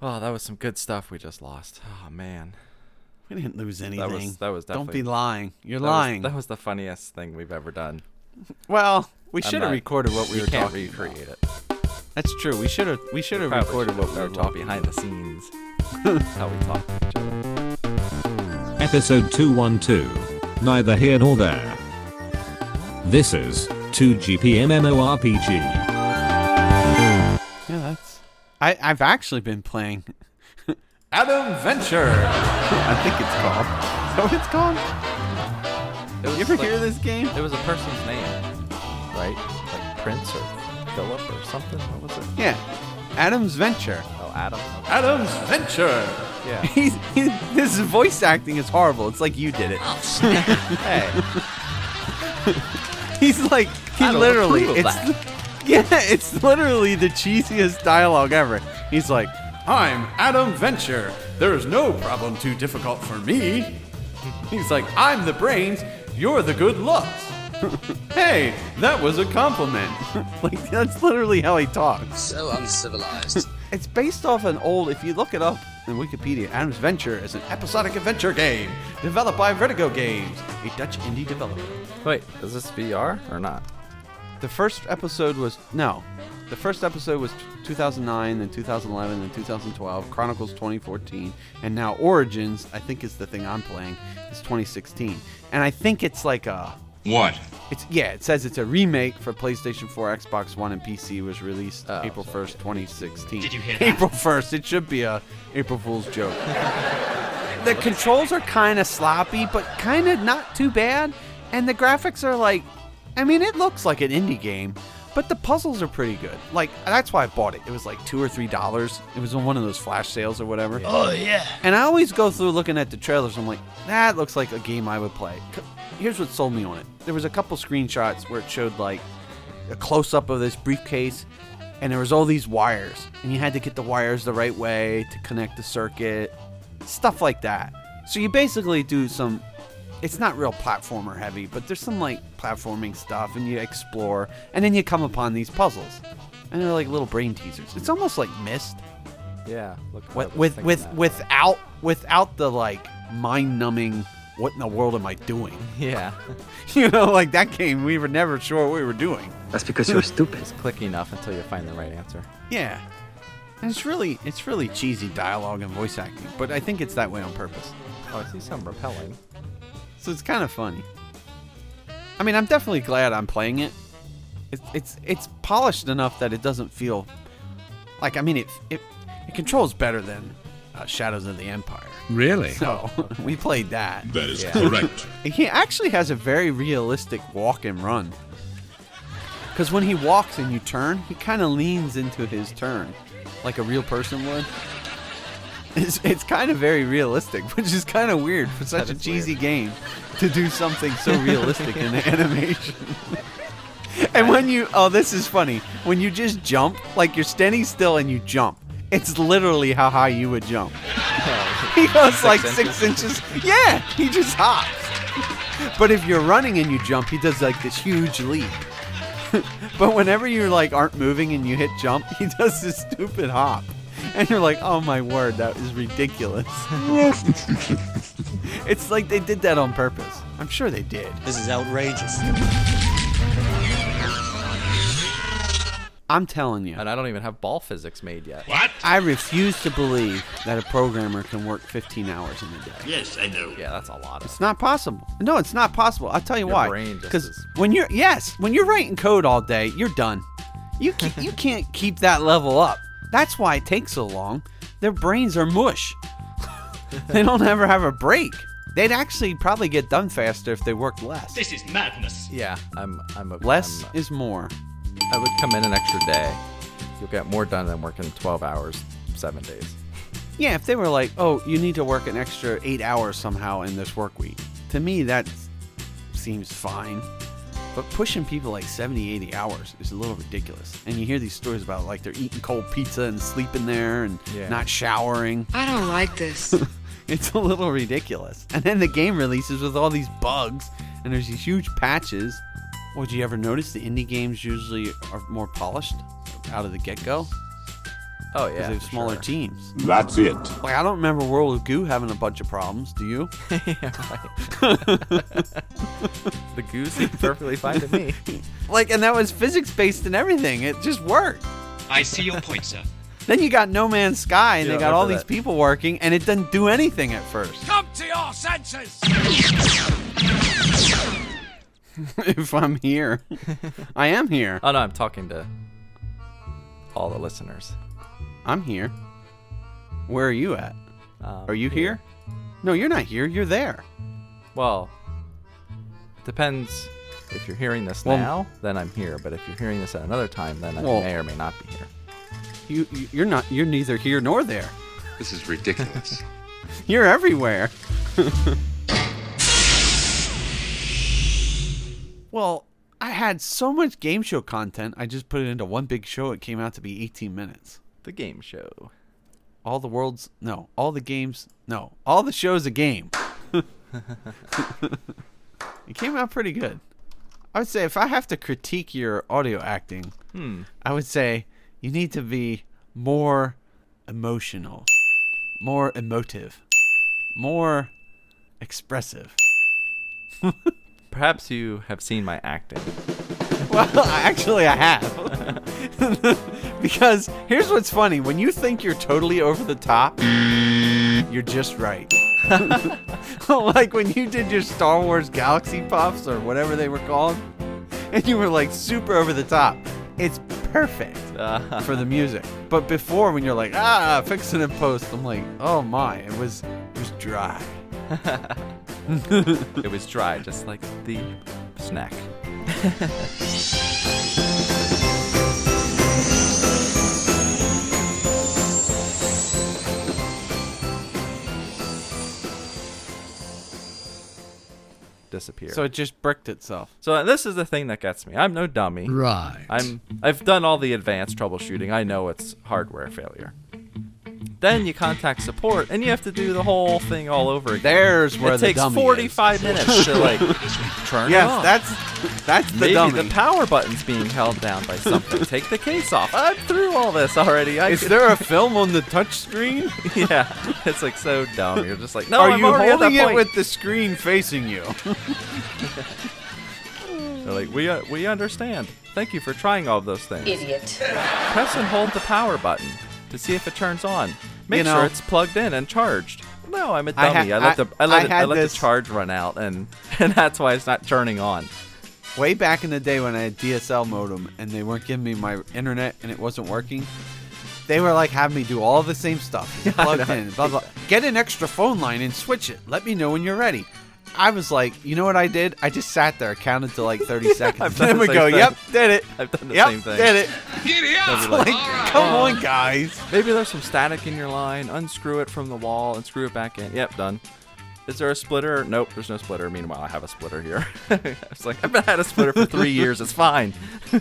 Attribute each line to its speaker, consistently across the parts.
Speaker 1: Oh, that was some good stuff we just lost. Oh man,
Speaker 2: We didn't lose anything.
Speaker 1: was- that was
Speaker 2: Don't be
Speaker 1: definitely-
Speaker 2: lying. You're
Speaker 1: that
Speaker 2: lying.
Speaker 1: Was, that was the funniest thing we've ever done.
Speaker 2: well, we
Speaker 1: I'm
Speaker 2: should have
Speaker 1: not-
Speaker 2: recorded what we were
Speaker 1: can't
Speaker 2: talking about.
Speaker 1: recreate it.
Speaker 2: That's true. We should have. We should have
Speaker 1: Probably
Speaker 2: recorded
Speaker 1: should've
Speaker 2: what we were
Speaker 1: never taught
Speaker 2: talking.
Speaker 1: behind the scenes. how we talk to each other.
Speaker 3: Episode 212. Neither here nor there. This is 2GPMMORPG.
Speaker 2: Yeah, that's. I I've actually been playing.
Speaker 1: Adam Venture.
Speaker 2: I think it's called. Is that what it's called?
Speaker 1: It was
Speaker 2: You ever
Speaker 1: like-
Speaker 2: hear this game?
Speaker 1: It was a person's name, right? Like Prince or Philip or something. What was it?
Speaker 2: Yeah. Adam's Venture.
Speaker 1: Oh, Adam.
Speaker 2: Adam's Venture.
Speaker 1: Yeah.
Speaker 2: He's, he's, his voice acting is horrible. It's like you did it.
Speaker 1: Oh, hey.
Speaker 2: He's like he
Speaker 1: I don't
Speaker 2: literally
Speaker 1: approve of
Speaker 2: it's yeah, it's literally the cheesiest dialogue ever. He's like,
Speaker 4: I'm Adam Venture. There is no problem too difficult for me. He's like, I'm the brains, you're the good looks. hey, that was a compliment.
Speaker 2: like that's literally how he talks.
Speaker 5: So uncivilized.
Speaker 2: It's based off an old. If you look it up in Wikipedia, Adam's Venture is an
Speaker 4: Episodic adventure game, developed by Vertigo Games, a Dutch indie developer.
Speaker 1: Wait, is this VR or not?
Speaker 2: The first episode was no. The first episode was 2009, then 2011, then 2012, Chronicles 2014, and now Origins, I think is the thing I'm playing, is 2016. And I think it's like a
Speaker 6: What?
Speaker 2: it's yeah, it says it's a remake for PlayStation 4, Xbox 1 and PC was released April 1st, 2016. Oh. Did you hear that? April 1st. It should be a April Fool's joke. the controls are kind of sloppy, but kind of not too bad. And the graphics are like, I mean, it looks like an indie game, but the puzzles are pretty good. Like, that's why I bought it. It was like two or three dollars. It was on one of those flash sales or whatever. Oh, yeah. And I always go through looking at the trailers. I'm like, that looks like a game I would play. C- Here's what sold me on it there was a couple screenshots where it showed like a close up of this briefcase and there was all these wires and you had to get the wires the right way to connect the circuit stuff like that so you basically do some it's not real platformer heavy but there's some like platforming stuff and you explore and then you come upon these puzzles and they're like little brain teasers it's almost like mist
Speaker 1: Yeah. Look.
Speaker 2: with with with without without the like mind numbing what in the world am i doing
Speaker 1: Yeah.
Speaker 2: you know like that game we were never sure what we were doing
Speaker 7: That's because you're stupid.
Speaker 1: Just click enough until you find the right answer.
Speaker 2: Yeah. And it's really it's really cheesy dialogue and voice acting, but I think it's that way on purpose.
Speaker 1: Oh, I see some repelling.
Speaker 2: So it's kind of funny. I mean, I'm definitely glad I'm playing it. It's it's it's polished enough that it doesn't feel like I mean it it it controls better than uh, Shadows of the Empire.
Speaker 3: Really?
Speaker 2: So we played that.
Speaker 6: That is correct.
Speaker 2: He actually has a very realistic walk and run. Because when he walks and you turn, he kind of leans into his turn, like a real person would. It's, it's kind of very realistic, which is kind of weird for such a cheesy game to do something so realistic in the animation. and when you, oh, this is funny. When you just jump, like you're standing still and you jump, it's literally how high you would jump. He goes like six inches. Yeah, he just hops. But if you're running and you jump, he does like this huge leap. but whenever you like aren't moving and you hit jump, he does this stupid hop. And you're like, oh my word, that is ridiculous. it's like they did that on purpose. I'm sure they did.
Speaker 5: this is outrageous.
Speaker 2: I'm telling you.
Speaker 1: And I don't even have ball physics made yet.
Speaker 2: I refuse to believe that a programmer can work 15 hours in a day.
Speaker 1: Yeah, that's a lot of.
Speaker 2: It's not possible. No, it's not possible. I'll tell you
Speaker 1: Your
Speaker 2: why.
Speaker 1: brain just is-
Speaker 2: when you're yes, when you're writing code all day, you're done. You ca- you can't keep that level up. That's why it takes so long. Their brains are mush. they don't ever have a break. They'd actually probably get done faster if they worked less.
Speaker 1: Yeah, I'm. I'm. A,
Speaker 2: less
Speaker 1: I'm-
Speaker 2: is more.
Speaker 1: I would come in an extra day. You'll get more done than working 12 hours, seven days.
Speaker 2: Yeah, if they were like, "Oh, you need to work an extra 8 hours somehow in this work week." To me that seems fine. But pushing people like 70, 80 hours is a little ridiculous. And you hear these stories about like they're eating cold pizza and sleeping there and
Speaker 1: Yeah.
Speaker 2: not showering.
Speaker 8: I don't like this.
Speaker 2: It's a little ridiculous. And then the game releases with all these bugs and there's these huge patches. Would you ever notice the indie games usually are more polished out of the get go?
Speaker 1: Oh yeah.
Speaker 2: because they have
Speaker 1: for
Speaker 2: smaller
Speaker 1: sure.
Speaker 2: teams.
Speaker 6: That's it.
Speaker 2: Like I don't remember World of Goo having a bunch of problems. Do you?
Speaker 1: The goose is perfectly fine to me.
Speaker 2: like, and that was physics based and everything. It just worked.
Speaker 7: I see your point, sir.
Speaker 2: Then you got No Man's Sky, and
Speaker 1: Yeah,
Speaker 2: they
Speaker 1: I
Speaker 2: got all
Speaker 1: remember
Speaker 2: these
Speaker 1: that.
Speaker 2: people working, and it doesn't do anything at first.
Speaker 7: Come to your senses!
Speaker 2: if I'm here, I am here.
Speaker 1: Oh no, I'm talking to all the listeners.
Speaker 2: I'm here. Where are you at?
Speaker 1: Um,
Speaker 2: Are you here? No, you're not here. You're there.
Speaker 1: Well, depends. If you're hearing this
Speaker 2: Well-
Speaker 1: now, then I'm here. But if you're hearing this at another time, then I
Speaker 2: Well-
Speaker 1: may or may not be here.
Speaker 2: You you- you're not. You're neither here nor there.
Speaker 8: This is ridiculous.
Speaker 2: You're everywhere. well, I had so much game show content. I just put it into one big show. It came out to be 18 minutes.
Speaker 1: The game show.
Speaker 2: All the world's no, all the games no, all the shows a game. it came out pretty good. I would say if I have to critique your audio acting, I would say you need to be more emotional, more emotive, more expressive.
Speaker 1: Perhaps you have seen my acting.
Speaker 2: Well, actually, I have. because here's what's funny when you think you're totally over the top, you're just right. like when you did your Star Wars Galaxy Pops or whatever they were called, and you were like super over the top. It's perfect
Speaker 1: Uh-huh.
Speaker 2: for the music. But before, when you're like, ah, fix it in post, I'm like, oh my, it was, it was dry.
Speaker 1: It was dry, just like the snack. Disappear.
Speaker 2: So it just bricked itself.
Speaker 1: So this is the thing that gets me. I'm no dummy.
Speaker 5: Right.
Speaker 1: I'm I've done all the advanced troubleshooting. I know it's hardware failure. Then you contact support and you have to do the whole thing all over again.
Speaker 2: There's where
Speaker 1: it
Speaker 2: the
Speaker 1: takes
Speaker 2: dummy is.
Speaker 1: 45 minutes to like turn it
Speaker 2: Yes,
Speaker 1: on.
Speaker 2: that's that's the
Speaker 1: Maybe
Speaker 2: dummy.
Speaker 1: the power button's being held down by something. Take the case off. I'm through all this already. I
Speaker 2: Is
Speaker 1: could-
Speaker 2: there a film on the touch screen?
Speaker 1: yeah, it's like so dumb. You're just like, no,
Speaker 2: Are
Speaker 1: I'm
Speaker 2: you
Speaker 1: already at that
Speaker 2: holding it
Speaker 1: point.
Speaker 2: with the screen facing you?
Speaker 1: They're like, we uh, we understand. Thank you for trying all of those things.
Speaker 9: Idiot.
Speaker 1: Press and hold the power button to see if it turns on. Make
Speaker 2: You know-
Speaker 1: sure it's plugged in and charged. No, I'm a
Speaker 2: I
Speaker 1: dummy.
Speaker 2: ha-
Speaker 1: I, let
Speaker 2: I-
Speaker 1: the I let,
Speaker 2: I
Speaker 1: it, I
Speaker 2: had
Speaker 1: let
Speaker 2: this-
Speaker 1: the charge run out, and and that's why it's not turning on.
Speaker 2: Way back in the day when I had DSL modem and they weren't giving me my internet and it wasn't working, they were like having me do all the same stuff. It's plugged in, blah blah. Get an extra phone line and switch it. Let me know when you're ready. I was like, you know what I did? I just sat there, counted to like 30 seconds.
Speaker 1: I've done
Speaker 2: Then
Speaker 1: the
Speaker 2: we
Speaker 1: same
Speaker 2: go,
Speaker 1: thing.
Speaker 2: yep, did it.
Speaker 1: I've done the
Speaker 2: yep,
Speaker 1: same thing.
Speaker 2: did it.
Speaker 7: Giddy up!
Speaker 2: Like, come on, guys.
Speaker 1: Maybe there's some static in your line. Unscrew it from the wall and screw it back in. Yep, done. Is there a splitter? Nope, there's no splitter. Meanwhile, I have a splitter here. I was like, I've been had a splitter for three years. It's fine.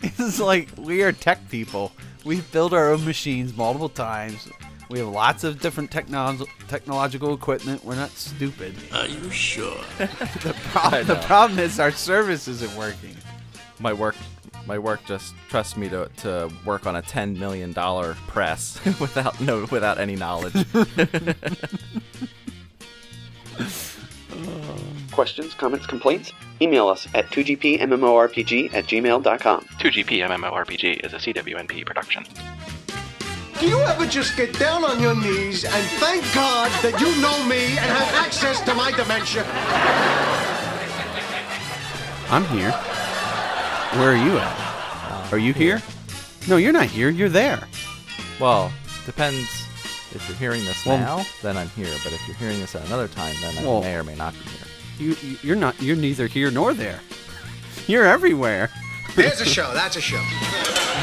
Speaker 2: This is like we are tech people. We've built our own machines multiple times. We have lots of different technolo- technological equipment. We're not stupid. Are you sure? the,
Speaker 1: I
Speaker 2: prob- the
Speaker 1: know.
Speaker 2: problem is our service isn't working.
Speaker 1: my work my work just trusts me to, to work on a 10 million dollar press without no without any knowledge
Speaker 10: Questions, comments, complaints? Email us at 2gpmmorpg at gmail.com.
Speaker 11: 2GP MMORPG is a CWNP production.
Speaker 6: Do you ever just get down on your knees and thank God that you know me and have access to my dementia?
Speaker 2: I'm here. Where are you at? Are you Oh, here? No, you're not here. You're there.
Speaker 1: well depends if you're hearing this
Speaker 2: Well-
Speaker 1: now then i'm here but if you're hearing this at another time then i
Speaker 2: Well-
Speaker 1: may or may not be here
Speaker 2: You, you- you're not. You're neither here nor there. You're everywhere.
Speaker 6: There's a show. That's a show.